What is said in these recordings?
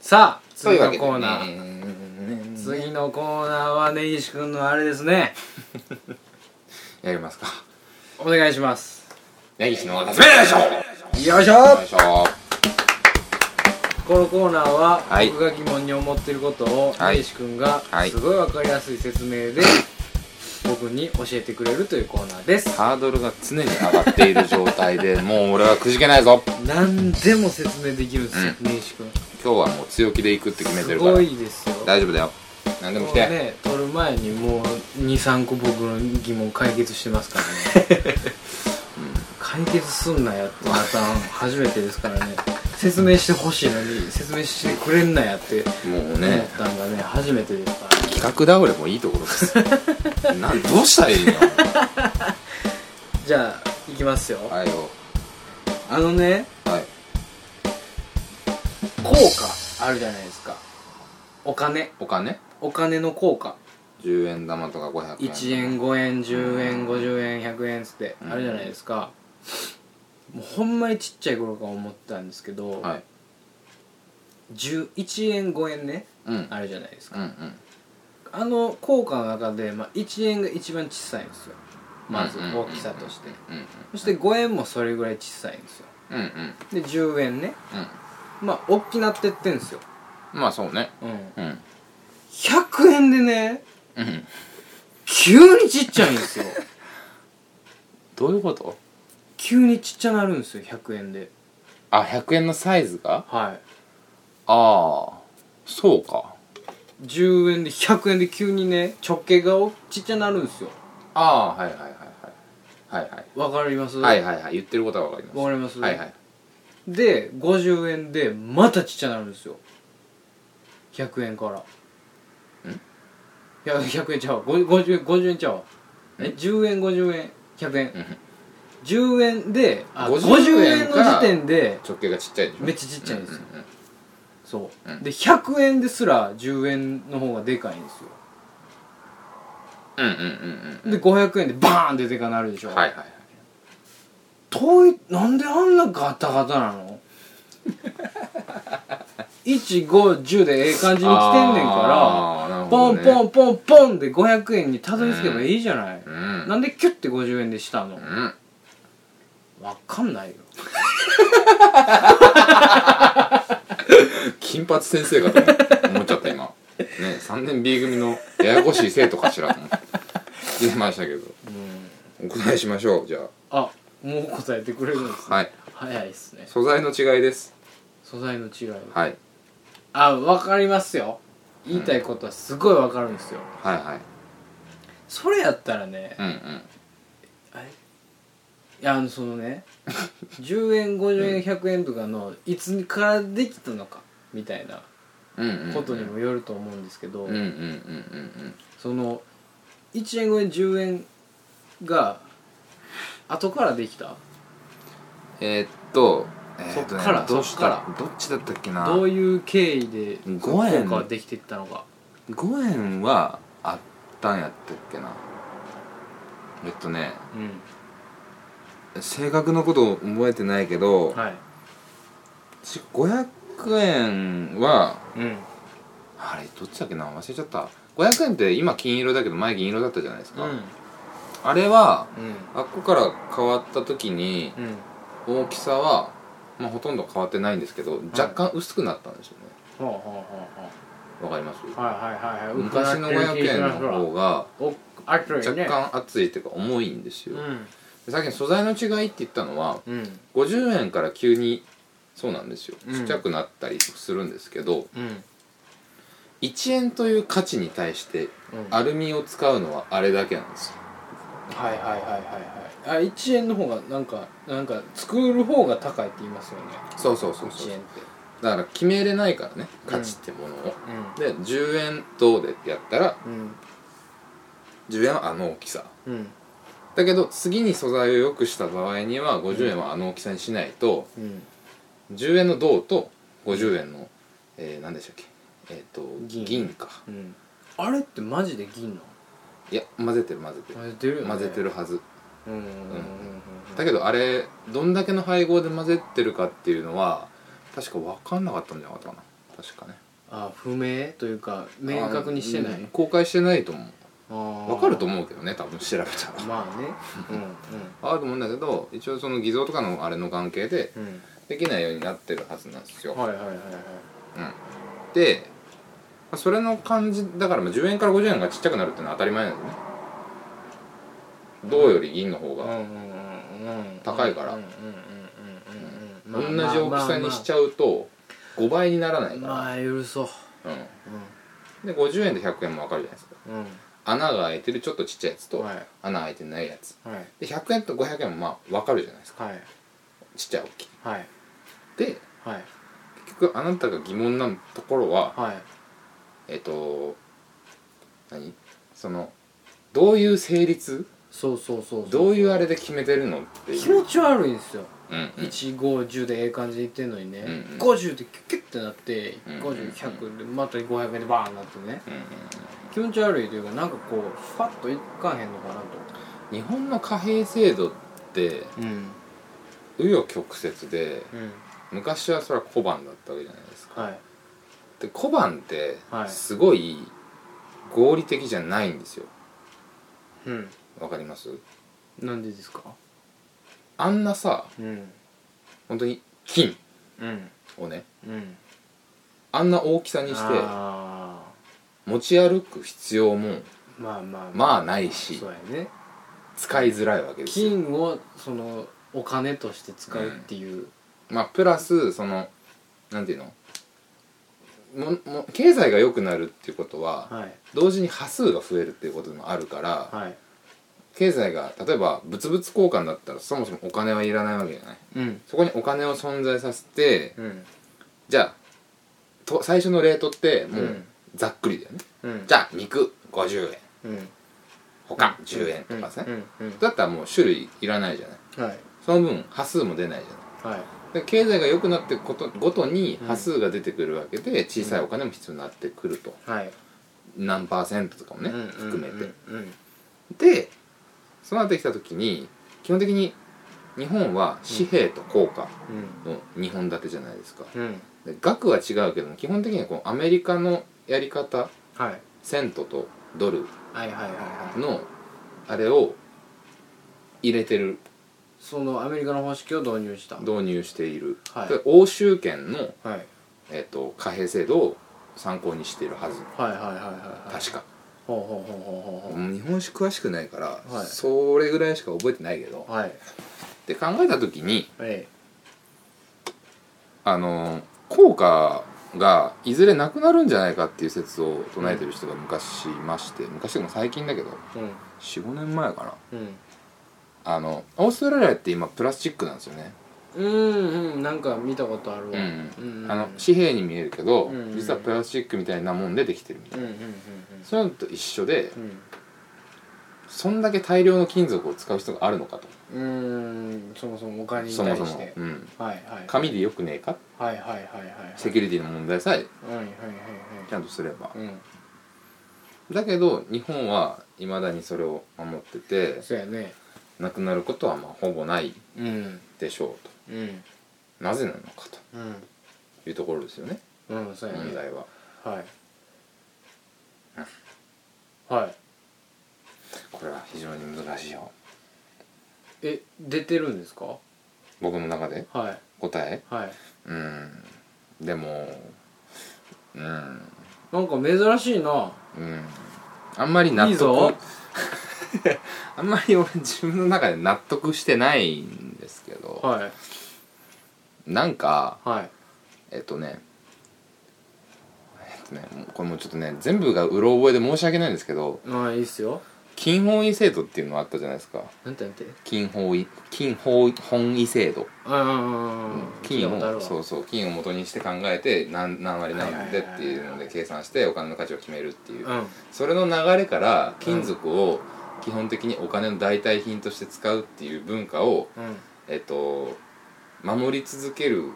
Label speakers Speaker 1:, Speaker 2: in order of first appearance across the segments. Speaker 1: さあ
Speaker 2: そ
Speaker 1: 次
Speaker 2: ういうわ
Speaker 1: の
Speaker 2: けで
Speaker 1: コーナー、
Speaker 2: ー
Speaker 1: 次のコーナーは根岸君のあれです ね
Speaker 2: やりますか
Speaker 1: お願いします
Speaker 2: 根岸の夏目でしょ
Speaker 1: よいしょ
Speaker 2: よいしょ
Speaker 1: このコーナーは、
Speaker 2: はい
Speaker 1: 僕が疑問に思っていることを
Speaker 2: はい
Speaker 1: 根岸君が
Speaker 2: はい
Speaker 1: すごい分かりやすい説明で僕に教えてくれるというコーナーです
Speaker 2: ハードルが常に上がっている状態で もう俺はくじけないぞ
Speaker 1: 何でも説明できるんですよ根岸君
Speaker 2: 今日はもう強気でいくって決めて
Speaker 1: す
Speaker 2: るから
Speaker 1: ごいですよ
Speaker 2: 大丈夫だよ何でも来て、
Speaker 1: もうね撮る前にもう23個僕の疑問解決してますからね、 解決すんなやってパターン初めてですからね説明してほしいのに説明してくれんなやって
Speaker 2: もう
Speaker 1: 思っ
Speaker 2: ね
Speaker 1: たんがね初めてですから
Speaker 2: 企画倒れもいいところです なんどうしたらいいの
Speaker 1: じゃあいきますよ
Speaker 2: はいよ
Speaker 1: あのね
Speaker 2: はい
Speaker 1: 効果あるじゃないですかお金
Speaker 2: お金
Speaker 1: お金の効果
Speaker 2: 10円玉とか500円
Speaker 1: 1円5円10円50円100円っつってあるじゃないですかもうほんまにちっちゃい頃から思ってたんですけど、
Speaker 2: はい
Speaker 1: 11円5円ね
Speaker 2: うん
Speaker 1: あるじゃないです
Speaker 2: うん
Speaker 1: か、
Speaker 2: うん
Speaker 1: あの効果の中で、まあ、1円が一番小さいんですよまず
Speaker 2: うんうんうん
Speaker 1: 大きさとして
Speaker 2: うん
Speaker 1: そして5円もそれぐらい小さいんですよ
Speaker 2: うんうん
Speaker 1: で10円ね
Speaker 2: うん
Speaker 1: まあ大きなってってんですよ、
Speaker 2: まあそうね
Speaker 1: うん、
Speaker 2: うん
Speaker 1: 100円でね
Speaker 2: うん
Speaker 1: 急にちっちゃいんですよ
Speaker 2: どういうこと
Speaker 1: 急にちっちゃなるんですよ100円で
Speaker 2: あ100円のサイズが
Speaker 1: は
Speaker 2: ああそうか
Speaker 1: い10円で100円で急にね直径がおちっちゃなるんですよ
Speaker 2: ああはいはいはいはいはい
Speaker 1: わかります
Speaker 2: はいはいはいはい言ってることはわかります
Speaker 1: わかります
Speaker 2: はいはい
Speaker 1: で50円でまたちっちゃなるんですよ100円から
Speaker 2: ん
Speaker 1: いや100円ちゃうわご 50, 50円ちゃうわえ10円50円100円
Speaker 2: うん
Speaker 1: 10円であ
Speaker 2: 50
Speaker 1: 50円の
Speaker 2: から
Speaker 1: 時点で
Speaker 2: 直径がちっちゃいでしょ
Speaker 1: めっちゃちっちゃいんですよ
Speaker 2: うんうん
Speaker 1: そう、
Speaker 2: うん
Speaker 1: で100円ですら10円の方がでかいんですよ
Speaker 2: うんうんうんうん
Speaker 1: で500円でバーンってでかなるでしょ、
Speaker 2: はいはいはい
Speaker 1: 遠いなんであんなガタガタな の ?1510 でええ感じに来てんねんから
Speaker 2: あーなる
Speaker 1: ポ
Speaker 2: ほど
Speaker 1: ン
Speaker 2: ね
Speaker 1: ポンポンポンで500円にたどり着けばいいじゃない、
Speaker 2: うん
Speaker 1: なんでキュッて50円でしたの
Speaker 2: うん
Speaker 1: わかんないよ
Speaker 2: 金髪先生かと思思っちゃった今ね3年 B 組のややこしい生徒かしらと思って言いましたけどお答えしましょうじゃ
Speaker 1: あもう答えてくれるんです
Speaker 2: あ
Speaker 1: ね
Speaker 2: はい
Speaker 1: 早いっすね
Speaker 2: 素材の違いです
Speaker 1: 素材の違い
Speaker 2: はい
Speaker 1: あわかりますよ言いたいことはすごいわかるんですよ
Speaker 2: はいはい
Speaker 1: それやったらね
Speaker 2: うんうん
Speaker 1: いやあのそのね10円50円100円とかのいつからできたのかみたいな
Speaker 2: うんうんうん
Speaker 1: ことにもよると思うんですけど、
Speaker 2: うんうんうんうん
Speaker 1: その1円5円10円が後からできた
Speaker 2: えーっとえーと
Speaker 1: そ
Speaker 2: ね
Speaker 1: っから
Speaker 2: どうした
Speaker 1: そ
Speaker 2: どっちだったっけな
Speaker 1: どういう経緯で
Speaker 2: 五円
Speaker 1: 効果はできていったのか
Speaker 2: 5円はあったんやったっけなえっとね
Speaker 1: うん
Speaker 2: 正確なこと覚えてないけど、
Speaker 1: はい
Speaker 2: ち500円は
Speaker 1: うん
Speaker 2: あれどっちだっけな忘れちゃった500円って今金色だけど前銀色だったじゃないですか、
Speaker 1: うん
Speaker 2: あれは
Speaker 1: うん
Speaker 2: あっこから変わった時に
Speaker 1: うん
Speaker 2: 大きさは、まあ、ほとんど変わってないんですけど若干薄くなったんですよね
Speaker 1: ほうほ
Speaker 2: わかります
Speaker 1: うほうほうはいはいはい
Speaker 2: 昔の500円の方が
Speaker 1: お熱い
Speaker 2: 若
Speaker 1: ね
Speaker 2: 干厚いっていうか重いんですよ
Speaker 1: うん
Speaker 2: でさっきの素材の違いって言ったのは
Speaker 1: うん
Speaker 2: 50円から急にそうなんですよ
Speaker 1: うん
Speaker 2: ちっちゃくなったりするんですけど
Speaker 1: うん
Speaker 2: 1円という価値に対して
Speaker 1: うん
Speaker 2: アルミを使うのはあれだけなんですよ
Speaker 1: はいはいはいはいはいあ1円の方がなんかなんか作る方が高いって言いますよね
Speaker 2: そうそうそうそう
Speaker 1: 1円って
Speaker 2: だから決めれないからね価値ってものを、で10円どうでやったら
Speaker 1: うんうん
Speaker 2: 10円はあの大きさ
Speaker 1: うん
Speaker 2: だけど次に素材を良くした場合には50円はあの大きさにしないと
Speaker 1: うん
Speaker 2: 10円の銅と50円の、えー、何でしたっけえっ、と
Speaker 1: 銀
Speaker 2: 銀か
Speaker 1: うんあれってマジで銀ない
Speaker 2: や混ぜてる混ぜて
Speaker 1: 混ぜてるよ
Speaker 2: る
Speaker 1: ね
Speaker 2: 混ぜてるはず
Speaker 1: うんうんうんうんうん
Speaker 2: だけどあれどんだけの配合で混ぜてるかっていうのは確か分かんなかったんじゃなかったかな確かね
Speaker 1: あ不明というか明確にしてな
Speaker 2: あ
Speaker 1: い
Speaker 2: の公開してないと思う
Speaker 1: わ
Speaker 2: わかると思うけどね多分調べたら
Speaker 1: まあねうん
Speaker 2: あると思うんだけど一応その偽造とかのあれの関係で
Speaker 1: うんうん
Speaker 2: できないようになってるはずなんですよ、
Speaker 1: はいはいはいはい
Speaker 2: うん、でまあそれの感じだからまあ10円から50円がちっちゃくなるっていうのは当たり前なんだよね銅より銀の方
Speaker 1: う
Speaker 2: が
Speaker 1: んうんうんうん
Speaker 2: 高いから
Speaker 1: うんうんうん
Speaker 2: 同
Speaker 1: うんうんうんまあ
Speaker 2: じ大きさにしちゃうと5倍にならないから
Speaker 1: まあ許そう
Speaker 2: うんで50円と100円もわかるじゃないですか
Speaker 1: うん
Speaker 2: 穴が開いてるちょっとちっちゃいやつ
Speaker 1: うん
Speaker 2: と
Speaker 1: はい
Speaker 2: 穴開いてないやつ
Speaker 1: はい
Speaker 2: で100円と500円もまあ分かるじゃないですか
Speaker 1: はい
Speaker 2: ちっちゃい大きい
Speaker 1: はい
Speaker 2: で
Speaker 1: はい
Speaker 2: 結局あなたが疑問なところは
Speaker 1: はい
Speaker 2: えっと何そのどういう成立
Speaker 1: そうそうそうそう
Speaker 2: どういうあれで決めてるのって
Speaker 1: 気
Speaker 2: いう、
Speaker 1: 持ち悪いんですよ
Speaker 2: うんうん、
Speaker 1: 150でええ感じでいってんのにね、
Speaker 2: うんうん
Speaker 1: 50でキュッキュッてなって
Speaker 2: うんうんうん
Speaker 1: 50100でまた500円でバーンなってね
Speaker 2: うんうん
Speaker 1: 気持ち悪いというかなんかこうファッといかへんのかなと
Speaker 2: 日本の貨幣制度って
Speaker 1: うん
Speaker 2: 紆余曲折で
Speaker 1: うん
Speaker 2: 昔はそれは小判だったわけじゃないですか
Speaker 1: はい
Speaker 2: で小判って
Speaker 1: はい
Speaker 2: すごい合理的じゃないんですよ
Speaker 1: うん
Speaker 2: わかります
Speaker 1: なんでですか
Speaker 2: あんなさ
Speaker 1: うん
Speaker 2: 本当に金
Speaker 1: うん
Speaker 2: をね
Speaker 1: うん
Speaker 2: あんな大きさにして
Speaker 1: あ
Speaker 2: 持ち歩く必要も
Speaker 1: ーまあまあ
Speaker 2: まあないし
Speaker 1: そうやね
Speaker 2: 使いづらいわけですよ
Speaker 1: 金をそのお金として使うっていう、
Speaker 2: まあプラスそのなんていうのもも経済が良くなるっていうことは
Speaker 1: はい
Speaker 2: 同時に波数が増えるっていうこともあるから
Speaker 1: はい
Speaker 2: 経済が例えば物々交換だったらそもそもお金はいらないわけじゃない
Speaker 1: うん
Speaker 2: そこにお金を存在させて
Speaker 1: うん
Speaker 2: じゃあと最初のレートっても
Speaker 1: う
Speaker 2: うんざっくりだよね
Speaker 1: うん
Speaker 2: じゃあ肉50円
Speaker 1: うん
Speaker 2: 他10円とかさ
Speaker 1: うんうん
Speaker 2: だったらもう種類いらないじゃない
Speaker 1: うんはい
Speaker 2: その分波数も出ないじゃない
Speaker 1: はい
Speaker 2: で経済が良くなっていくことごとに
Speaker 1: うん
Speaker 2: 波数が出てくるわけで小さいお金も必要になってくると
Speaker 1: はい
Speaker 2: 何パーセントとかもね
Speaker 1: うんうん
Speaker 2: 含めて
Speaker 1: うんうん
Speaker 2: でそうなってきた時に基本的に日本は紙幣と硬貨の2本立てじゃないですか
Speaker 1: うんうん
Speaker 2: で額は違うけども基本的にはこうアメリカのやり方
Speaker 1: はい
Speaker 2: セントとドル
Speaker 1: はいはいはいはい
Speaker 2: のあれを入れてる
Speaker 1: そのアメリカの方式を導入した
Speaker 2: 導入している、
Speaker 1: はい
Speaker 2: で欧州圏の、
Speaker 1: はい
Speaker 2: えっと貨幣制度を参考にしているはず
Speaker 1: はいはいはいはいはい
Speaker 2: 確か
Speaker 1: ほうほうほうほうほうほ
Speaker 2: もう日本史詳しくないから、
Speaker 1: はい
Speaker 2: それぐらいしか覚えてないけど
Speaker 1: うはい
Speaker 2: で考えた時に
Speaker 1: え
Speaker 2: あの効果がいずれなくなるんじゃないかっていう説を唱えてる人が昔いまして昔でも最近だけど
Speaker 1: えうん
Speaker 2: 45年前かな
Speaker 1: うん
Speaker 2: あのオーストラリアって今プラスチックなんですよね、
Speaker 1: うんうんなんか見たことあるわ
Speaker 2: う
Speaker 1: うんんうん
Speaker 2: あの紙幣に見えるけど、
Speaker 1: うんうん
Speaker 2: 実はプラスチックみたいなもんでできてるみた
Speaker 1: う
Speaker 2: い
Speaker 1: ん
Speaker 2: な、
Speaker 1: うんうん
Speaker 2: そういうのと一緒で
Speaker 1: うん
Speaker 2: そんだけ大量の金属を使う人があるのかと
Speaker 1: うんうんそもそもお金に
Speaker 2: そ
Speaker 1: 対
Speaker 2: もそ
Speaker 1: し
Speaker 2: も
Speaker 1: て、
Speaker 2: うん、
Speaker 1: はいはい
Speaker 2: 紙でよくねえか
Speaker 1: はいはいはいはいはい
Speaker 2: セキュリティの問題さえ
Speaker 1: はいはいはい
Speaker 2: ちゃんとすれば
Speaker 1: はいうん
Speaker 2: だけど日本はいまだにそれを守ってて
Speaker 1: そうやね
Speaker 2: なくなることはまあほぼない
Speaker 1: うん
Speaker 2: でしょう
Speaker 1: うん
Speaker 2: となぜなのか
Speaker 1: うん
Speaker 2: というところですよね
Speaker 1: うんそうや
Speaker 2: 問
Speaker 1: ね
Speaker 2: 題は
Speaker 1: はいはい
Speaker 2: これは非常に難しいよ
Speaker 1: え出てるんですか
Speaker 2: 僕の中で
Speaker 1: はい
Speaker 2: 答え
Speaker 1: はい
Speaker 2: うんでもうん
Speaker 1: なんか珍しいな
Speaker 2: うんあんまり納得
Speaker 1: いいぞ
Speaker 2: あんまり俺自分の中で納得してないんですけど、
Speaker 1: はい
Speaker 2: なんか
Speaker 1: はい
Speaker 2: えっとねえっとねもうこれもうちょっとね全部がうろ覚えで申し訳ないんですけど
Speaker 1: まあいいっすよ
Speaker 2: 金本位制度っていうのがあったじゃないですか
Speaker 1: なんてなんて
Speaker 2: 金本位金本本位制度
Speaker 1: うんうんうんうん聞
Speaker 2: 金
Speaker 1: いたことある
Speaker 2: を
Speaker 1: わ
Speaker 2: そうそう金を元にして考えて何何割何割で
Speaker 1: はいはいはいはい
Speaker 2: っていうので計算してお金の価値を決めるっていう
Speaker 1: うん
Speaker 2: それの流れから金属を基本的にお金の代替品として使うっていう文化を
Speaker 1: うん
Speaker 2: えっと守り続ける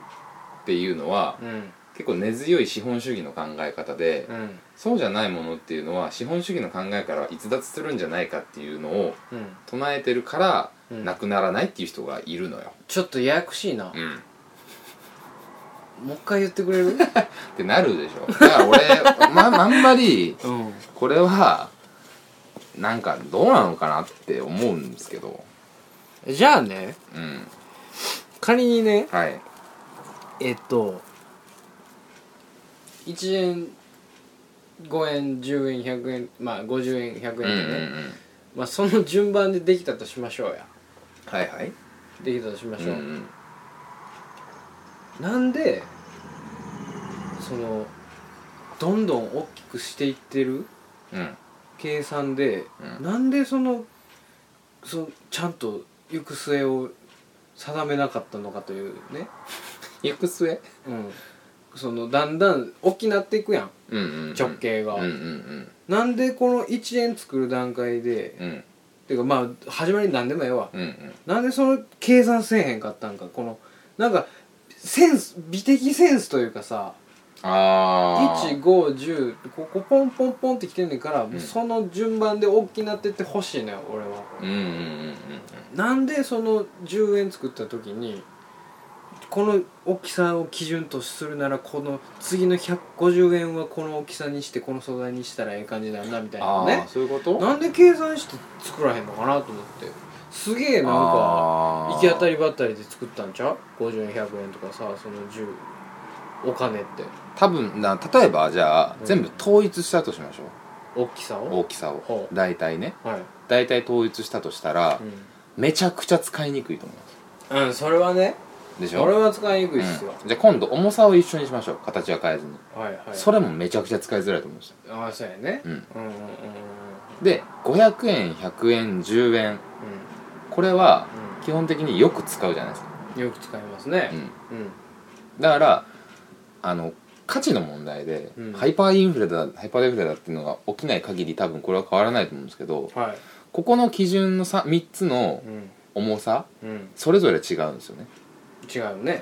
Speaker 2: っていうのは
Speaker 1: うん
Speaker 2: 結構根強い資本主義の考え方で
Speaker 1: うん
Speaker 2: そうじゃないものっていうのは資本主義の考えから逸脱するんじゃないかっていうのを
Speaker 1: うん
Speaker 2: 唱えてるから、
Speaker 1: うん
Speaker 2: なくならないっていう人がいるのよ。
Speaker 1: ちょっとややこしいな
Speaker 2: うん、
Speaker 1: もう一回言ってく れる
Speaker 2: ってなるでしょだから俺まあんまり
Speaker 1: うん
Speaker 2: これはなんかどうなのかなって思うんですけど
Speaker 1: じゃあね
Speaker 2: うん
Speaker 1: 仮にね
Speaker 2: はい
Speaker 1: えっと1円5円10円100円まあ50円100円
Speaker 2: う
Speaker 1: でね
Speaker 2: んうん、うん
Speaker 1: まあその順番でできたとしましょうや
Speaker 2: はいはい
Speaker 1: できたとしまし
Speaker 2: う
Speaker 1: ょう、
Speaker 2: ん
Speaker 1: なんでそのどんどん大きくしていってる
Speaker 2: うん
Speaker 1: 計算で、
Speaker 2: うん
Speaker 1: なんでそのそのちゃんと行く末を定めなかったのかというね、
Speaker 2: 行く末
Speaker 1: うん、そのだんだん大きなっていくやん
Speaker 2: うんうんうん
Speaker 1: 直径が、
Speaker 2: うんうん
Speaker 1: なんでこの1円作る段階で、
Speaker 2: うんうん
Speaker 1: ていうかまあ始まりなんでもええわ、
Speaker 2: うんうん
Speaker 1: なんでその計算せえへんかったんかこのなんかセンス美的センスというかさ
Speaker 2: ああ
Speaker 1: 1510ここポンポンポンってきてんねんから、
Speaker 2: ん
Speaker 1: その順番で大きなってってほしいのよ俺は
Speaker 2: うんうんうん
Speaker 1: なんでその10円作った時にこの大きさを基準とするならこの次の150円はこの大きさにしてこの素材にしたらええ感じなんだみたい
Speaker 2: あ
Speaker 1: な
Speaker 2: あ、
Speaker 1: ね
Speaker 2: そういうこと
Speaker 1: なんで計算して作らへんのかなと思ってすげえなんか
Speaker 2: あー
Speaker 1: 行き当たりばったりで作ったんちゃう50円100円とかさその10お金って
Speaker 2: 多分な例えばじゃあ、
Speaker 1: うん
Speaker 2: 全部統一したとしましょ
Speaker 1: 大きさ
Speaker 2: う
Speaker 1: を
Speaker 2: 大きさを
Speaker 1: ほう
Speaker 2: 大体ね
Speaker 1: はい、
Speaker 2: 大体統一したとしたら、めちゃくちゃ使いにくいと思いま
Speaker 1: うん、うん、それはね
Speaker 2: すでしょ
Speaker 1: 俺は使いにく
Speaker 2: う
Speaker 1: い
Speaker 2: ん
Speaker 1: っすよ、
Speaker 2: じゃあ今度重さを一緒にしましょう形は変えずに、
Speaker 1: はいはい
Speaker 2: それもめちゃくちゃ使いづらいと思いまし
Speaker 1: ああそうやね
Speaker 2: た、うん、
Speaker 1: うんうんうんうんうん
Speaker 2: で500円100円10円これは基本的によく使うじゃないですか、
Speaker 1: うんよく使いますね
Speaker 2: うん、
Speaker 1: うん
Speaker 2: だからあの価値の問題で、
Speaker 1: うん
Speaker 2: ハイパーインフレだハイパーデフレだっていうのが起きない限り多分これは変わらないと思うんですけど
Speaker 1: はい
Speaker 2: ここの基準の 3, つの
Speaker 1: うん
Speaker 2: 重さ
Speaker 1: うん
Speaker 2: それぞれ違うんですよね、
Speaker 1: 違うよね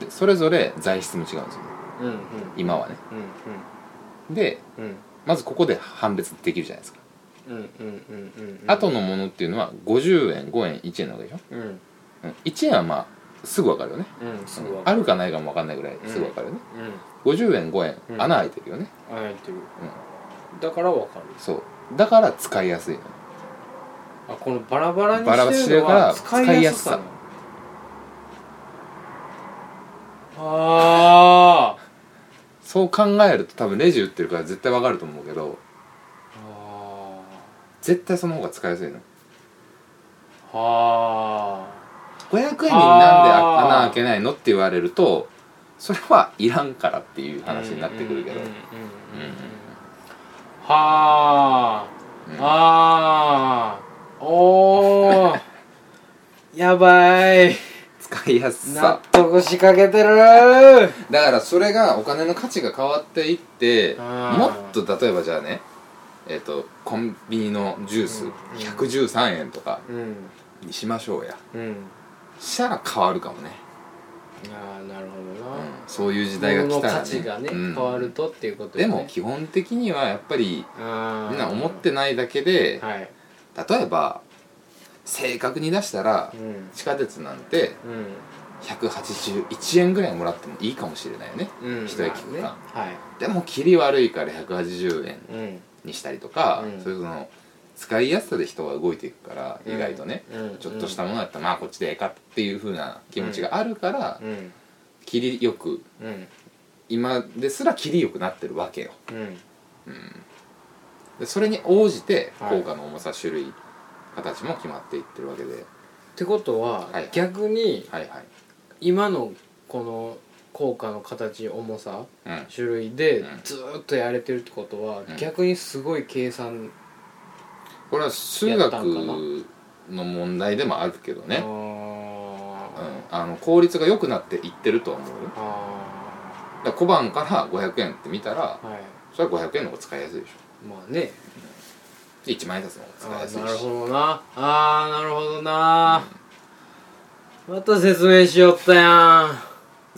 Speaker 2: でそれぞれ材質も違うんですよ
Speaker 1: うんうんうん
Speaker 2: 今はね
Speaker 1: うん
Speaker 2: で
Speaker 1: うんうん
Speaker 2: まずここで判別できるじゃないですか、
Speaker 1: うんうんうんうんうん
Speaker 2: 後のものっていうのは50円5円1円なわけでしょ、
Speaker 1: うん
Speaker 2: うん、1円はまあすぐ分かるよね
Speaker 1: うんすぐわ
Speaker 2: あ
Speaker 1: る
Speaker 2: るかないかも分かんないぐらいすぐ分かるよね、
Speaker 1: うん
Speaker 2: 50円5円、
Speaker 1: うん
Speaker 2: 穴開いてるよね
Speaker 1: あやってるだからわかる
Speaker 2: そうだから使いやすいよね
Speaker 1: あこのバラバラに
Speaker 2: バラバラ
Speaker 1: してるのは
Speaker 2: してるから
Speaker 1: 使いやすさなのあー
Speaker 2: そう考えると多分レジ売ってるから絶対分かると思うけど
Speaker 1: あ
Speaker 2: 絶対その方が使いやすいの
Speaker 1: ーはあ
Speaker 2: 500円になんであ
Speaker 1: あー
Speaker 2: 穴開けないのって言われるとそれはいらんからっていう話になってくるけど
Speaker 1: うんうんうんうん
Speaker 2: うん
Speaker 1: はあ、
Speaker 2: うん
Speaker 1: ああお ーやばい
Speaker 2: 使いやす
Speaker 1: 納
Speaker 2: さ
Speaker 1: 得しかけてるうん
Speaker 2: だからそれがお金の価値が変わっていって
Speaker 1: あー
Speaker 2: もっと例えばじゃあねえっとコンビニのジュース
Speaker 1: うん
Speaker 2: 113円とか
Speaker 1: うん
Speaker 2: にしましょうや
Speaker 1: うん
Speaker 2: したら変わるかもね、
Speaker 1: ああなるほ
Speaker 2: う
Speaker 1: ど
Speaker 2: ん
Speaker 1: な、
Speaker 2: そういう時代が来
Speaker 1: 物
Speaker 2: た
Speaker 1: の
Speaker 2: ら、ね、
Speaker 1: 価値がね、
Speaker 2: うん
Speaker 1: 変わるとっていうこと
Speaker 2: で
Speaker 1: よね
Speaker 2: も基本的にはやっぱりみ
Speaker 1: み
Speaker 2: んな思ってないだけで
Speaker 1: はい
Speaker 2: 例えば正確に出したら
Speaker 1: うん
Speaker 2: 地下鉄なんて
Speaker 1: うん
Speaker 2: 181円ぐらいもらってもいいかもしれないよね
Speaker 1: うん
Speaker 2: 一駅区間
Speaker 1: まあね
Speaker 2: でも切り悪いから180円
Speaker 1: はいうん
Speaker 2: にしたりとか、
Speaker 1: うん
Speaker 2: そういうその使いやすさで人が動いていくから意外とね、
Speaker 1: うん
Speaker 2: ちょっとしたものだったらまあこっちでええかっていう風な気持ちがあるから、
Speaker 1: うん
Speaker 2: 切りよく
Speaker 1: うん
Speaker 2: 今ですら切りよくなってるわけよ
Speaker 1: うん
Speaker 2: でそれに応じて
Speaker 1: はい
Speaker 2: 効果の重さ種類形も決まっていってるわけで
Speaker 1: ってことは、
Speaker 2: はい
Speaker 1: 逆に
Speaker 2: はいはい
Speaker 1: 今のこの効果の形重さ
Speaker 2: うん
Speaker 1: 種類で
Speaker 2: うん
Speaker 1: ずーっとやれてるってことは、
Speaker 2: うん
Speaker 1: 逆にすごい計算、
Speaker 2: これは数
Speaker 1: やっ
Speaker 2: 学
Speaker 1: たんかな
Speaker 2: の問題でもあるけど
Speaker 1: あ
Speaker 2: ね、う
Speaker 1: ー
Speaker 2: ん、あの効率が良くなっていってるとは思うよ
Speaker 1: あ
Speaker 2: だから小判から500円って見たら
Speaker 1: ーはい
Speaker 2: それは500円の方が使いやすいでしょ
Speaker 1: まあね
Speaker 2: で1万円札の方
Speaker 1: あ
Speaker 2: が使いやすいし
Speaker 1: ーなるほどなあーなるほどな、また説明しよったやん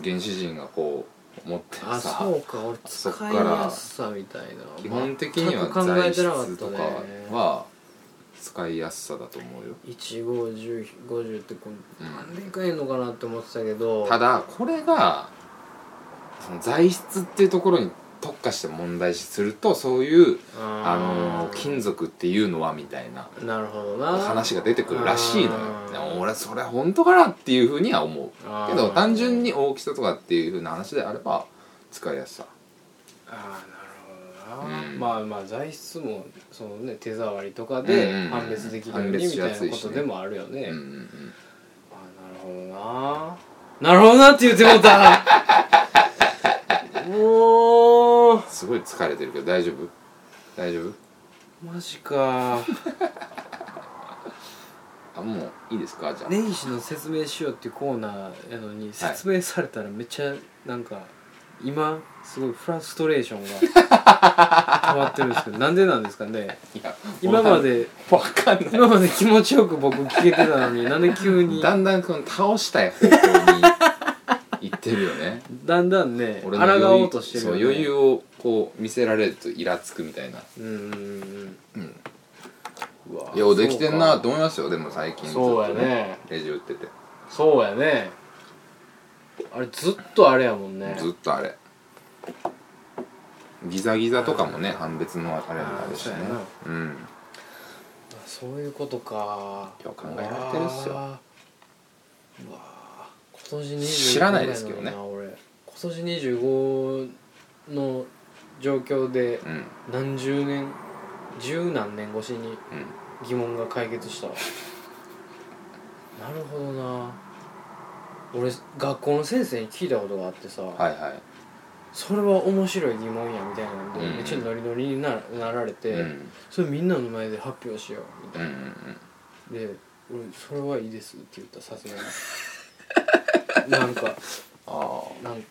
Speaker 2: 原始人がこう持って
Speaker 1: あ
Speaker 2: るさ
Speaker 1: そうか俺
Speaker 2: そっか
Speaker 1: 使
Speaker 2: ら
Speaker 1: いやすさみたいな
Speaker 2: 基本的には
Speaker 1: 全く考え
Speaker 2: 材
Speaker 1: てなかっ
Speaker 2: 質
Speaker 1: た
Speaker 2: とか
Speaker 1: ね
Speaker 2: は使いやすさだと思うよ
Speaker 1: 151050ってこう
Speaker 2: うん
Speaker 1: なんでいかへんのかなって思ってたけど
Speaker 2: ただこれがその材質っていうところに特化して問題視するとそういうあの
Speaker 1: ー
Speaker 2: 金属っていうのはみたいな
Speaker 1: なるほどな
Speaker 2: 話が出てくるらしいのよ
Speaker 1: うん
Speaker 2: でも俺それ本当かなっていうふうには思うけど
Speaker 1: あー
Speaker 2: 単純に大きさとかっていうふうな話であれば使いやすさ
Speaker 1: ああなるほどな、
Speaker 2: うん
Speaker 1: まあまあ材質もそのね手触りとかで
Speaker 2: うんうんうん
Speaker 1: 判別できるようにみたいなことでもあるよね、
Speaker 2: うんうんうん
Speaker 1: あーなるほどななるほどなって言ってもう たもう
Speaker 2: すごい疲れてるけど大丈夫大丈夫
Speaker 1: マジか
Speaker 2: あもういいですかじゃあ
Speaker 1: 根岸の説明しようっていうコーナーやのに説明されたらめっちゃなんか今すごいフラストレーショ ンが溜まってるんですけどなんでなんですかね
Speaker 2: いや
Speaker 1: 今まで
Speaker 2: わか んない
Speaker 1: 今まで気持ちよく僕聞けてたのになんで急に
Speaker 2: だんだんこの倒したい方向に行ってるよね
Speaker 1: だんだんね抗
Speaker 2: の余裕
Speaker 1: おうとしてるよ、ね、
Speaker 2: そう余裕をこう見せられるとイラつくみたいな
Speaker 1: うんうん
Speaker 2: うん
Speaker 1: うんうわ
Speaker 2: いやできてんなと
Speaker 1: そうか
Speaker 2: 思いますよでも最近ずっ
Speaker 1: そうや
Speaker 2: と
Speaker 1: ね
Speaker 2: レジ打ってて
Speaker 1: そうやねあれずっとあれやもんね
Speaker 2: ずっとあれギザギザとかもね判別のあれもあるしね
Speaker 1: あーそうやな
Speaker 2: うん
Speaker 1: あそういうことか
Speaker 2: 今日考えられてるっすよ
Speaker 1: うわーうわー今年25
Speaker 2: 知らないですけどね
Speaker 1: やのにな俺今年25の状況で
Speaker 2: うんうん
Speaker 1: 何十年十何年越しに疑問が解決 したわなるほどな俺学校の先生に聞いたことがあってさ、
Speaker 2: はいはい
Speaker 1: それは面白い疑問やみたいなんで、
Speaker 2: うんうん
Speaker 1: めっちゃノリノリにななられて、
Speaker 2: うん
Speaker 1: それみんなの前で発表しようみ
Speaker 2: う
Speaker 1: た
Speaker 2: んう
Speaker 1: い
Speaker 2: ん
Speaker 1: な、
Speaker 2: うん
Speaker 1: で俺それはいいですって言ったさす がになんか
Speaker 2: あ
Speaker 1: なん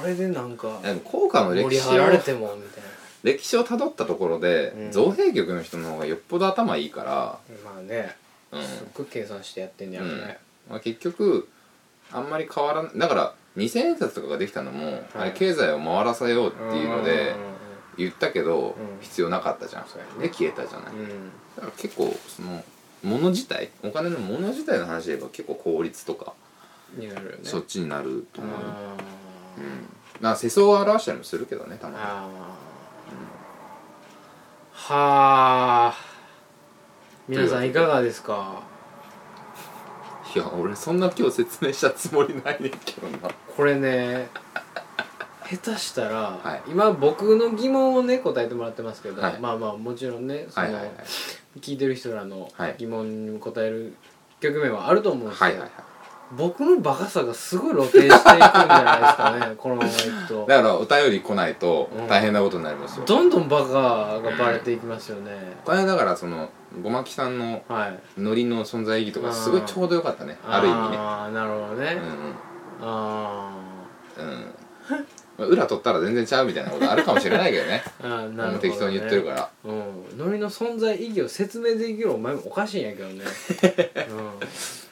Speaker 1: それでなんか
Speaker 2: あでも効果の
Speaker 1: 盛
Speaker 2: 歴
Speaker 1: り
Speaker 2: 史
Speaker 1: 上がれ
Speaker 2: を
Speaker 1: てもみたいな
Speaker 2: 歴史をたどったところで、
Speaker 1: うん
Speaker 2: 造幣局の人の方がよっぽど頭いいか
Speaker 1: まあね、
Speaker 2: ら、うん
Speaker 1: すっごい計算してやってんじゃんね、
Speaker 2: まあ、結局あんまり変わらないだから2000円札とかができたのも、あ
Speaker 1: は
Speaker 2: れ
Speaker 1: い
Speaker 2: 経済を回らせようっていうので
Speaker 1: んん
Speaker 2: 言ったけど、
Speaker 1: うん
Speaker 2: 必要なかったじゃん
Speaker 1: そうやね
Speaker 2: で消えたじゃない、
Speaker 1: うんうんうん
Speaker 2: だから結構その物自体お金の物自体の話で言えば結構効率とか、
Speaker 1: になるよね
Speaker 2: そっちになると
Speaker 1: あ
Speaker 2: 思う、う
Speaker 1: ー
Speaker 2: ん、まあ世相を表したりもするけどねたまに
Speaker 1: あーはあ皆さんいかがですか
Speaker 2: いや俺そんな今日説明したつもりないねんけどな
Speaker 1: これね下手したら、
Speaker 2: はい
Speaker 1: 今僕の疑問をね答えてもらってますけど、
Speaker 2: はい
Speaker 1: まあまあもちろんねその、
Speaker 2: はいはいはい
Speaker 1: 聞いてる人らの
Speaker 2: はい
Speaker 1: 疑問に答える局面はあると思うんですけ
Speaker 2: は
Speaker 1: ど、
Speaker 2: いはいはい
Speaker 1: 僕のバカさがすごい露呈していくんじゃないですかね このままいくと
Speaker 2: だからお便り来ないと
Speaker 1: うん
Speaker 2: 大変なことになりますよ、
Speaker 1: どんどんバカがバレていきますよね、
Speaker 2: これだからそのごまきさんの
Speaker 1: はい
Speaker 2: ノリの存在意義とかすごいちょうどよかったねある意味ね
Speaker 1: ああなるほどね、あ
Speaker 2: うんうん、うんまあ、裏取ったら全然ちゃうみたいなことあるかもしれないけどね
Speaker 1: ーあ ーなるほど、ね、
Speaker 2: 適当に言ってるから
Speaker 1: うん、ノリの存在意義を説明できるお前もおかしいんやけど ね、うん、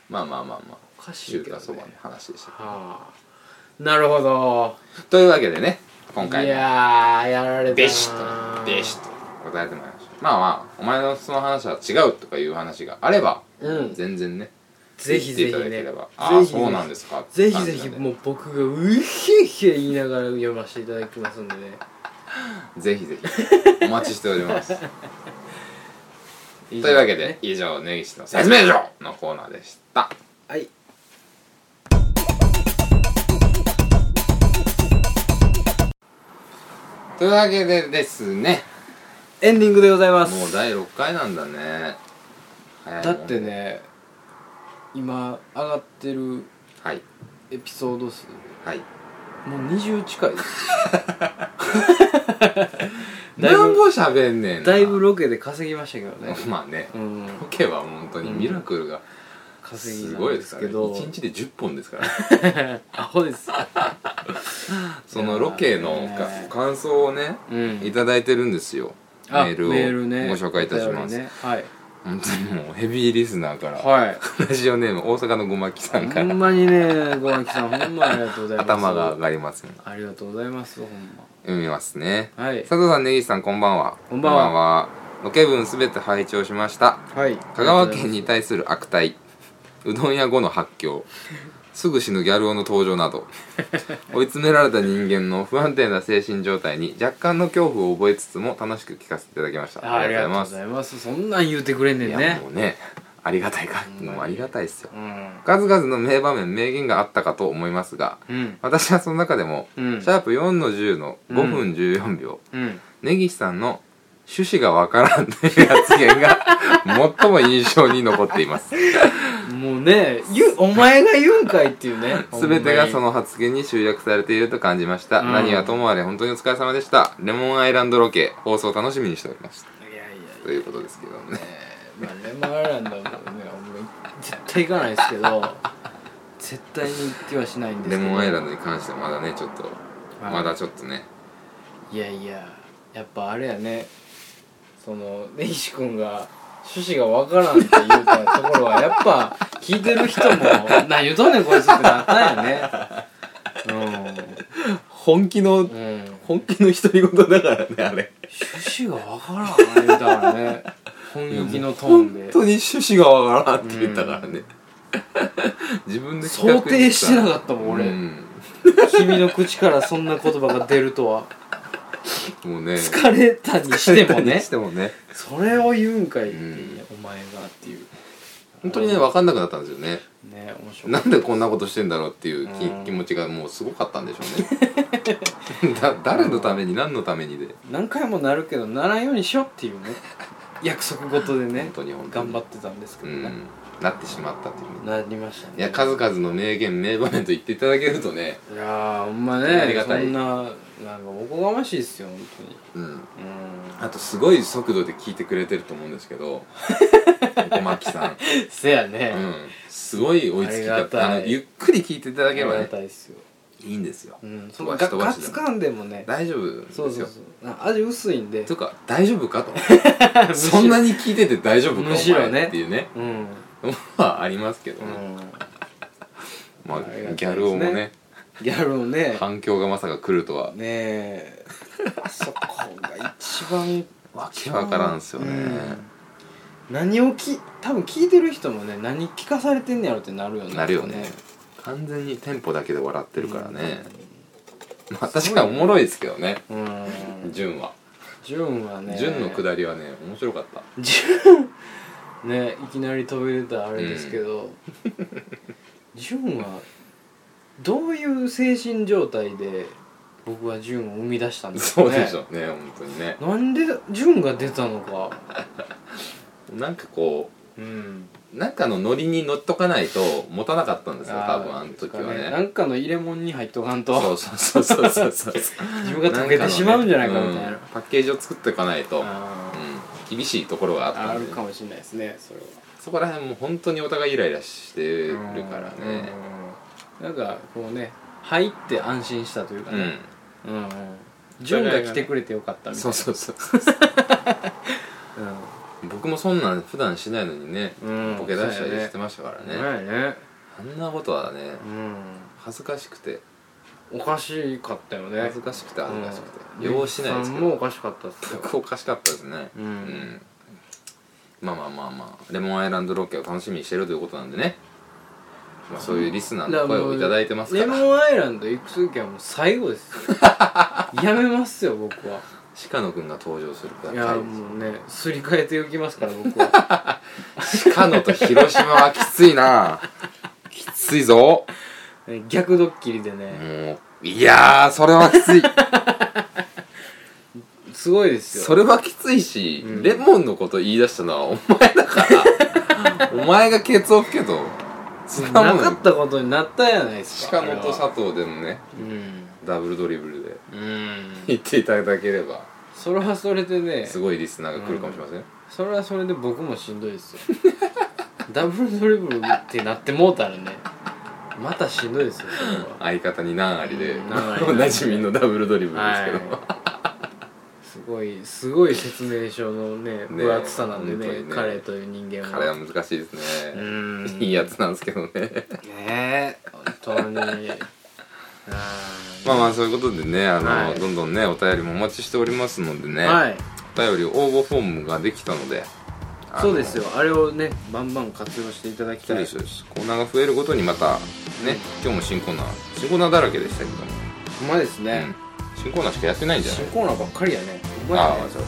Speaker 2: まあまあまあまあ
Speaker 1: おかしい
Speaker 2: 中
Speaker 1: けど
Speaker 2: 華
Speaker 1: ね
Speaker 2: そばの話でした
Speaker 1: はあなるほど
Speaker 2: というわけでね今回
Speaker 1: い
Speaker 2: の
Speaker 1: やーやられたな
Speaker 2: 「でし」と「でし」と答えてもらいましたまあまあお前のその話は違うとかいう話があれば、
Speaker 1: うん
Speaker 2: 全然ね
Speaker 1: ぜひぜひね
Speaker 2: 言っていただければああ
Speaker 1: ぜひぜひ
Speaker 2: そうなんですか
Speaker 1: ぜひぜひ
Speaker 2: って感じなんで
Speaker 1: もう僕がうひひ言いながら読ませていただきますんでね
Speaker 2: ぜひぜひお待ちしてお りま
Speaker 1: と
Speaker 2: す というわけで以上根岸の説明書のコーナーでした
Speaker 1: はい
Speaker 2: というわけでですね
Speaker 1: エンディングでございます
Speaker 2: もう第6回なんだね早い
Speaker 1: だ
Speaker 2: もん
Speaker 1: ってね今上がってる
Speaker 2: はい
Speaker 1: エピソード数
Speaker 2: はい
Speaker 1: もう20近いですだい
Speaker 2: 何
Speaker 1: ぶ
Speaker 2: ぼ喋んねんな
Speaker 1: だいぶロケで稼ぎましたけどね
Speaker 2: まあね
Speaker 1: うん
Speaker 2: ロケは本当にミラクルが
Speaker 1: 稼ぎ
Speaker 2: す
Speaker 1: な
Speaker 2: ご
Speaker 1: ん
Speaker 2: いで
Speaker 1: ですす
Speaker 2: か
Speaker 1: け
Speaker 2: らね
Speaker 1: ど
Speaker 2: 1日で10本ですから
Speaker 1: アホです
Speaker 2: そのロケの
Speaker 1: ね
Speaker 2: か感想をね
Speaker 1: うん
Speaker 2: いただいてるんですよメ
Speaker 1: あ
Speaker 2: ールを
Speaker 1: ね
Speaker 2: ご紹介いたしま
Speaker 1: お
Speaker 2: す
Speaker 1: 便りねはい
Speaker 2: 本当にもうヘビーリスナーから
Speaker 1: はい
Speaker 2: ラジオネーム大阪のごまきさん
Speaker 1: ほ
Speaker 2: から
Speaker 1: んまにねごまきさんほんまありがとうございます
Speaker 2: 頭が上がりますね
Speaker 1: ありがとうございますほん
Speaker 2: 読みますね
Speaker 1: まはい
Speaker 2: 佐藤さん根岸さんこんばんは
Speaker 1: こんばんは
Speaker 2: ロケ分すべて拝聴しました
Speaker 1: はい
Speaker 2: 香川県に対する悪態うどん屋後の発狂すぐ死ぬギャル男の登場 など追い詰められた人間の不安定な精神状態に若干の恐怖を覚えつつも楽しく聞かせていただきました
Speaker 1: あありがとうございますそんなん言うてくれんねん
Speaker 2: いや
Speaker 1: ね
Speaker 2: もうねありがたいかもうありがたいっすよ
Speaker 1: うん
Speaker 2: 数々の名場面名言があったかと思いますが
Speaker 1: うん
Speaker 2: 私はその中でも、
Speaker 1: うん
Speaker 2: シャープ4の10の5分14秒、
Speaker 1: うん
Speaker 2: 根岸さんの趣旨がわからんという発言が 最も印象に残っています
Speaker 1: もうね言うお前が言うんかいっていうね
Speaker 2: 全てがそ
Speaker 1: の
Speaker 2: の発言に集約されていると感じました、
Speaker 1: うん
Speaker 2: 何はともあれ本当にお疲れ様でしたレモンアイランドロケ放送楽しみにしておりました
Speaker 1: いやいやいや
Speaker 2: ということですけどもね
Speaker 1: まあレモンアイランドもね俺絶対行かないですけど絶対に行ってはしないんです
Speaker 2: レ
Speaker 1: けど
Speaker 2: モンアイランドに関してはまだねちょっと、
Speaker 1: はい
Speaker 2: まだちょっとね
Speaker 1: いやいややっぱあれやねその根岸君が趣旨がわからんって言うたところ はやっぱ聞いてる人も「何言うとんねんこいつ」ってなったんやね
Speaker 2: 本気の
Speaker 1: うん、うん、
Speaker 2: 本気の独り言だからねあれ
Speaker 1: 趣旨がわからんな言うたからね本気のトーンで
Speaker 2: に趣旨がわからんって
Speaker 1: 言ったから
Speaker 2: ね 自分で企
Speaker 1: 想
Speaker 2: 画
Speaker 1: 定してな
Speaker 2: っ
Speaker 1: かったもん俺、
Speaker 2: うん
Speaker 1: 君の口からそんな言葉が出るとは
Speaker 2: も うね
Speaker 1: 疲れたにしてもね
Speaker 2: してもね
Speaker 1: それを言うんかいって、
Speaker 2: うん
Speaker 1: お前がっていう
Speaker 2: 本当にね分かんなくなったんですよね
Speaker 1: ね面白い
Speaker 2: なんでこんなことしてんだろうっていうき
Speaker 1: うん
Speaker 2: 気持ちがもうすごかったんでしょう ねだ誰のために何のためにで
Speaker 1: 何回もなるけどならんようにしようって いうね約束事でね
Speaker 2: 本当に本当
Speaker 1: 頑
Speaker 2: に
Speaker 1: 張ってたんですけ
Speaker 2: う
Speaker 1: どね、
Speaker 2: んなってしまったっていうね
Speaker 1: なりましたね
Speaker 2: いや数々の名言名場面と言っていただけるとね
Speaker 1: いやーほんまね
Speaker 2: ありがたい
Speaker 1: そんななんかおこがましいですよ本当に
Speaker 2: うん
Speaker 1: う
Speaker 2: あとすごい速度で聞いてくれてると思うんです けど小牧さん、
Speaker 1: んせや
Speaker 2: う
Speaker 1: ね、
Speaker 2: ん、すごい追いつき
Speaker 1: あり
Speaker 2: だ
Speaker 1: が
Speaker 2: った
Speaker 1: い
Speaker 2: たあのゆっくり聞いていた
Speaker 1: あ
Speaker 2: だ
Speaker 1: り
Speaker 2: ければ
Speaker 1: が
Speaker 2: ね
Speaker 1: たいですよ、
Speaker 2: いいんですよ、
Speaker 1: うん、そ
Speaker 2: 飛
Speaker 1: の
Speaker 2: ば
Speaker 1: ガ
Speaker 2: し飛ば
Speaker 1: ガ
Speaker 2: しで
Speaker 1: ツかんでもね
Speaker 2: 大丈夫です
Speaker 1: そ
Speaker 2: よ
Speaker 1: うそうそうな味薄いんで
Speaker 2: とか大丈夫か と
Speaker 1: むしろ
Speaker 2: そんなに聞いてて大丈夫か
Speaker 1: むしろね
Speaker 2: お前っていうね
Speaker 1: うん、
Speaker 2: まあありますけど
Speaker 1: う
Speaker 2: ね、
Speaker 1: ん、
Speaker 2: まあ
Speaker 1: ありがたいですね
Speaker 2: ギャル男もね
Speaker 1: ギャルも ね
Speaker 2: 反響がまさか来るとは
Speaker 1: ねえそこが一番
Speaker 2: わけわからんすよね、
Speaker 1: うん何をき多分聞いてる人もね何聞かされてんねやろってなるよね
Speaker 2: なるよね完全にテンポだけで笑ってるからね、まあ
Speaker 1: すごい
Speaker 2: 確かにおもろいですけどね
Speaker 1: うん
Speaker 2: 潤は
Speaker 1: 潤はね
Speaker 2: 潤、のくだりはね面白かった
Speaker 1: 潤ねいきなり飛び出たあれですけど潤、はどういう精神状態で僕は潤を生み出したんですか
Speaker 2: そ
Speaker 1: ね
Speaker 2: うでしょうね本当にね
Speaker 1: なんで潤が出たのか
Speaker 2: なんかこ
Speaker 1: うん
Speaker 2: うなんかのノリに乗っとかないと持たなかったんですよ多分あの時は
Speaker 1: あーです
Speaker 2: ね
Speaker 1: かなんかの入れ物に入っとかんと
Speaker 2: そうそうそうそうそう
Speaker 1: 自分が溶けてしまうんじゃないかみたいな
Speaker 2: うんパッケージを作っていかないと、うん、
Speaker 1: あ
Speaker 2: 厳しいところがあっ
Speaker 1: ー
Speaker 2: た
Speaker 1: あ
Speaker 2: ん
Speaker 1: る
Speaker 2: でね
Speaker 1: かもしれないですねそれは
Speaker 2: そこら辺も本当にお互いイライラしてるからね
Speaker 1: うんなんかこうね入って安心したというか
Speaker 2: うん、
Speaker 1: ねうんうん潤が来てくれてよかったみたいな
Speaker 2: そうそ うそう僕もそんなん普段しないのにね、
Speaker 1: うん
Speaker 2: ボケ出したりして
Speaker 1: ま
Speaker 2: ましたからね、
Speaker 1: ねね
Speaker 2: あんなことはね
Speaker 1: うん
Speaker 2: 恥ずかしくて
Speaker 1: おかしかったよね
Speaker 2: 恥ずかしくて恥ずかしくて、
Speaker 1: うん
Speaker 2: ようしないです
Speaker 1: さ
Speaker 2: け
Speaker 1: んもお
Speaker 2: ど
Speaker 1: かしかったっすよ
Speaker 2: 僕おかしかったですね
Speaker 1: うん
Speaker 2: まあまあまあまあレモンアイランドロケを楽しみにしてるということなんでね、まあ、そういうリスナーの声をいただいてますか
Speaker 1: レ
Speaker 2: ら
Speaker 1: モンアイランド行く時はもう最後です よやめますよ僕は
Speaker 2: 鹿野くんが登場するから
Speaker 1: いやもうねすり替えておきますから僕は
Speaker 2: 鹿野と広島はきついなきついぞ
Speaker 1: ね逆ドッキリでね、
Speaker 2: もういやーそれは きつい
Speaker 1: すごいですよ
Speaker 2: それはきついし、
Speaker 1: うん
Speaker 2: レモンのこと言い出したのは お前だからお前がケツを吹けとそんな
Speaker 1: な
Speaker 2: も
Speaker 1: か
Speaker 2: ん
Speaker 1: ったことになったやないですか
Speaker 2: 鹿野と
Speaker 1: あれは
Speaker 2: 佐藤でもね
Speaker 1: うん
Speaker 2: ダブルドリブルで
Speaker 1: うん
Speaker 2: 言っていただければ
Speaker 1: それはそれでね
Speaker 2: すごいリスナーが来るかもしれません、
Speaker 1: それはそれで僕もしんどいですよダブルドリブルってなってもうたらねまたしんどいですよそれは
Speaker 2: 相方に何ありで、
Speaker 1: うん何あり
Speaker 2: おなじみのダブルドリブルですけど、
Speaker 1: はいすごいすごい説明書のね
Speaker 2: ね
Speaker 1: 分厚さなんで
Speaker 2: 本
Speaker 1: ね
Speaker 2: 当にね
Speaker 1: 彼という人間は
Speaker 2: 彼は難しいですね、
Speaker 1: うん
Speaker 2: いいやつなんですけどね
Speaker 1: ねえ 本当にあ
Speaker 2: まあまあそういうことでねあの、
Speaker 1: はい
Speaker 2: どんどんねお便りもお待ちしておりますのでね、
Speaker 1: ーはい
Speaker 2: お便り応募フォームができたのであの
Speaker 1: そうですよあれをねバンバン活用していただき
Speaker 2: そ
Speaker 1: た
Speaker 2: うで
Speaker 1: い
Speaker 2: すそうですコーナーが増えるごとにまたね今日も新コーナー新コーナーだらけでしたけども、
Speaker 1: ほんまですね、
Speaker 2: うん、新コーナーしかやってないんじゃない
Speaker 1: 新コーナーばっかりやねほんまや
Speaker 2: あ
Speaker 1: ね
Speaker 2: あそう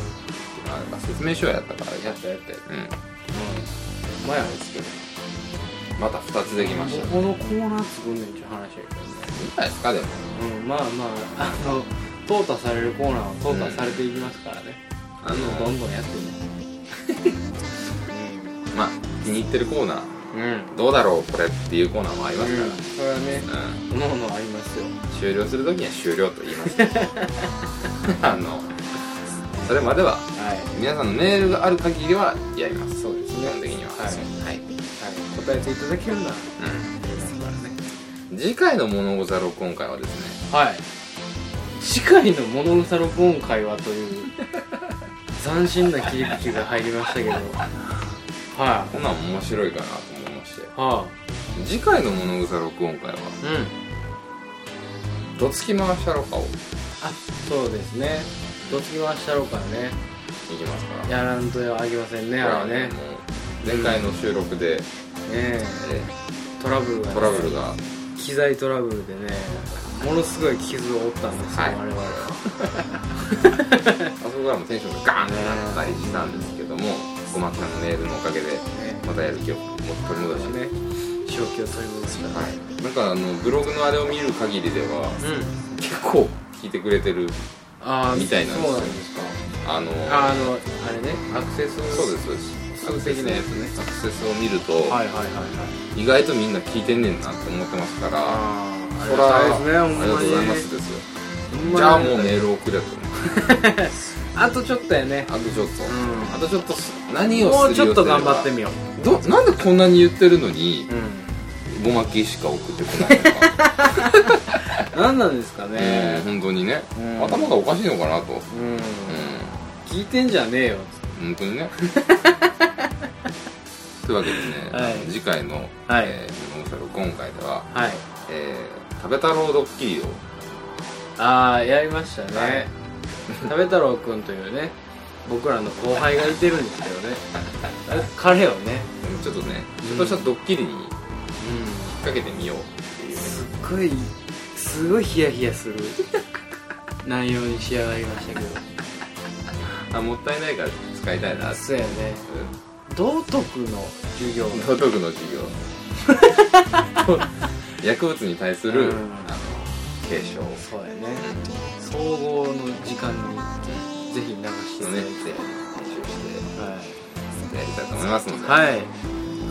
Speaker 2: あ説明書やったから
Speaker 1: や
Speaker 2: や
Speaker 1: ったやったやった
Speaker 2: うん
Speaker 1: うんほんまやですけど
Speaker 2: また2つできましたい
Speaker 1: このコーナー作んねんっていう話やけど
Speaker 2: いんじゃないですかでも
Speaker 1: ねうんまあまああの淘汰されるコーナーは淘汰されていきますからね、
Speaker 2: あの
Speaker 1: どんどんやってね
Speaker 2: まあ気に入ってるコーナー
Speaker 1: うんうん
Speaker 2: どうだろうこれっていうコーナーもありますから、
Speaker 1: それはね
Speaker 2: うん
Speaker 1: おのおのありますよ
Speaker 2: 終了するときには終了と言います あのそれまでは
Speaker 1: はい
Speaker 2: 皆さんのメールがある限りはやります
Speaker 1: そうですね
Speaker 2: 基本的には
Speaker 1: はい
Speaker 2: はい、
Speaker 1: はい、答えていただけるなら
Speaker 2: うん、次回の「モノゴザ録音会」はですね
Speaker 1: はい次回の「モノウサ録音会は」という斬新な切り口が入りましたけどは
Speaker 2: こんなん面白いかなと思いまして
Speaker 1: いは
Speaker 2: 次回の「モノゴザ録音会」
Speaker 1: あ
Speaker 2: は
Speaker 1: うん
Speaker 2: どつき回したろかをい
Speaker 1: あそうですねどつき回したろうからね
Speaker 2: きますから
Speaker 1: やらんとあきませんね
Speaker 2: これ
Speaker 1: あ
Speaker 2: は
Speaker 1: れね
Speaker 2: ねもう前回の収録で、
Speaker 1: ね
Speaker 2: え
Speaker 1: トラブルが、
Speaker 2: ー
Speaker 1: ね、
Speaker 2: トラブルが
Speaker 1: 機材トラブルでねものすごい傷を負ったんですよ、
Speaker 2: はい
Speaker 1: 我々は
Speaker 2: あそこからもテンションがガーンってなったりしたんですけども小松さんのメールのおかげで
Speaker 1: ね
Speaker 2: またやる気をも取り戻してね
Speaker 1: ね正気を取り戻すから、
Speaker 2: はいなんかあのブログのあれを見る限りでは
Speaker 1: うん
Speaker 2: 結構聞いてくれてる
Speaker 1: ああ
Speaker 2: みたいなんです
Speaker 1: そ
Speaker 2: よ
Speaker 1: うなんですか
Speaker 2: あの
Speaker 1: ああのあれねアクセス
Speaker 2: そうですそうですアクセスね
Speaker 1: アクセス的なやつ
Speaker 2: アクセスを見ると、
Speaker 1: はいはいはいはい
Speaker 2: 意外とみんな聞いてんねんなって思ってますから
Speaker 1: あああ
Speaker 2: そ
Speaker 1: り
Speaker 2: ら
Speaker 1: がたいですね
Speaker 2: あ
Speaker 1: ほ
Speaker 2: り
Speaker 1: ん
Speaker 2: が
Speaker 1: まに
Speaker 2: とうございますですよ
Speaker 1: ほんまに
Speaker 2: じゃあもうメール送れと
Speaker 1: あとちょっとやね
Speaker 2: あとちょっと、
Speaker 1: ん
Speaker 2: あとちょっとす何を
Speaker 1: も
Speaker 2: する
Speaker 1: うちょっと頑張って
Speaker 2: み
Speaker 1: みよ
Speaker 2: どなんでこんなに言ってるのに
Speaker 1: ううん
Speaker 2: ごまきしか送ってこないの か
Speaker 1: 何なんですか
Speaker 2: えー
Speaker 1: ね
Speaker 2: 本当にね、
Speaker 1: うん
Speaker 2: 頭がおかしいのかなと、う
Speaker 1: う
Speaker 2: ん、
Speaker 1: ん聞いてんじゃねえよ
Speaker 2: 本当に ねというわけでね、
Speaker 1: はい
Speaker 2: 次回の「
Speaker 1: はい
Speaker 2: えー、モノサル今回では、
Speaker 1: はい
Speaker 2: えー食べ太郎ドッキリを
Speaker 1: ああやりました
Speaker 2: は
Speaker 1: ね
Speaker 2: い
Speaker 1: 食べ太郎くんというね僕らの後輩がいてるんですけどね彼をね
Speaker 2: ちょっとね
Speaker 1: うん
Speaker 2: ちょっとしたドッキリに引っ
Speaker 1: うん
Speaker 2: 掛けてみようっていうね、
Speaker 1: すっごいすごいヒヤヒヤする内容に仕上がりましたけど
Speaker 2: あもったいないから使いたいなって
Speaker 1: そうやね道徳の授業
Speaker 2: 道徳の授業 薬物に対する、
Speaker 1: うん
Speaker 2: あの継承を
Speaker 1: そうやね総合の時間にぜひ流してい
Speaker 2: の
Speaker 1: ただ
Speaker 2: ねぜ
Speaker 1: い
Speaker 2: ひ
Speaker 1: て
Speaker 2: 練習してやりたいと思いますので、
Speaker 1: はい、はい
Speaker 2: ま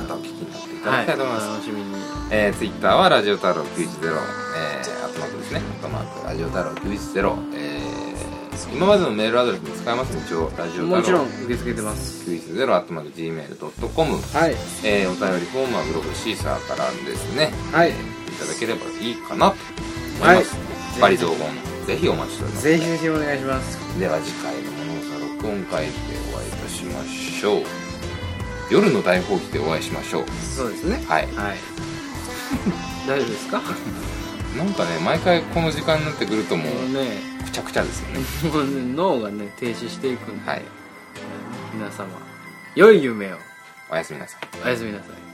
Speaker 2: たお聞きになっていただ
Speaker 1: はい、
Speaker 2: きたいと思います、
Speaker 1: 楽しみに
Speaker 2: えー、ツイッターはラジオ太郎910、えー、アットマークですね、アットマーク、ラジオ太郎910、えー、今までのメールアドレスも使えます一応、ラジオ
Speaker 1: もち
Speaker 2: 太
Speaker 1: ろん
Speaker 2: 郎
Speaker 1: 受け付けてます
Speaker 2: 910、アットマーク、gmail.com、
Speaker 1: はい
Speaker 2: えー、お便りフォームはブログシーサーからですね、
Speaker 1: はい
Speaker 2: いただければいいかなと思います。
Speaker 1: はい
Speaker 2: バリ雑言、ぜひお待ちしております。
Speaker 1: ぜひぜひお願いします
Speaker 2: では次回のモノサ録音会でお会いいたしましょう。夜の大放棄でお会いしましょう。
Speaker 1: そうですね
Speaker 2: はい。
Speaker 1: はい大丈夫ですかも
Speaker 2: なんかね、毎回この時間になってくるともう、
Speaker 1: うね
Speaker 2: くちゃくちゃですよね。
Speaker 1: もうね脳がね停止していくんで、
Speaker 2: はい。
Speaker 1: 皆様良い夢を
Speaker 2: おやすみなさい。
Speaker 1: おやすみなさい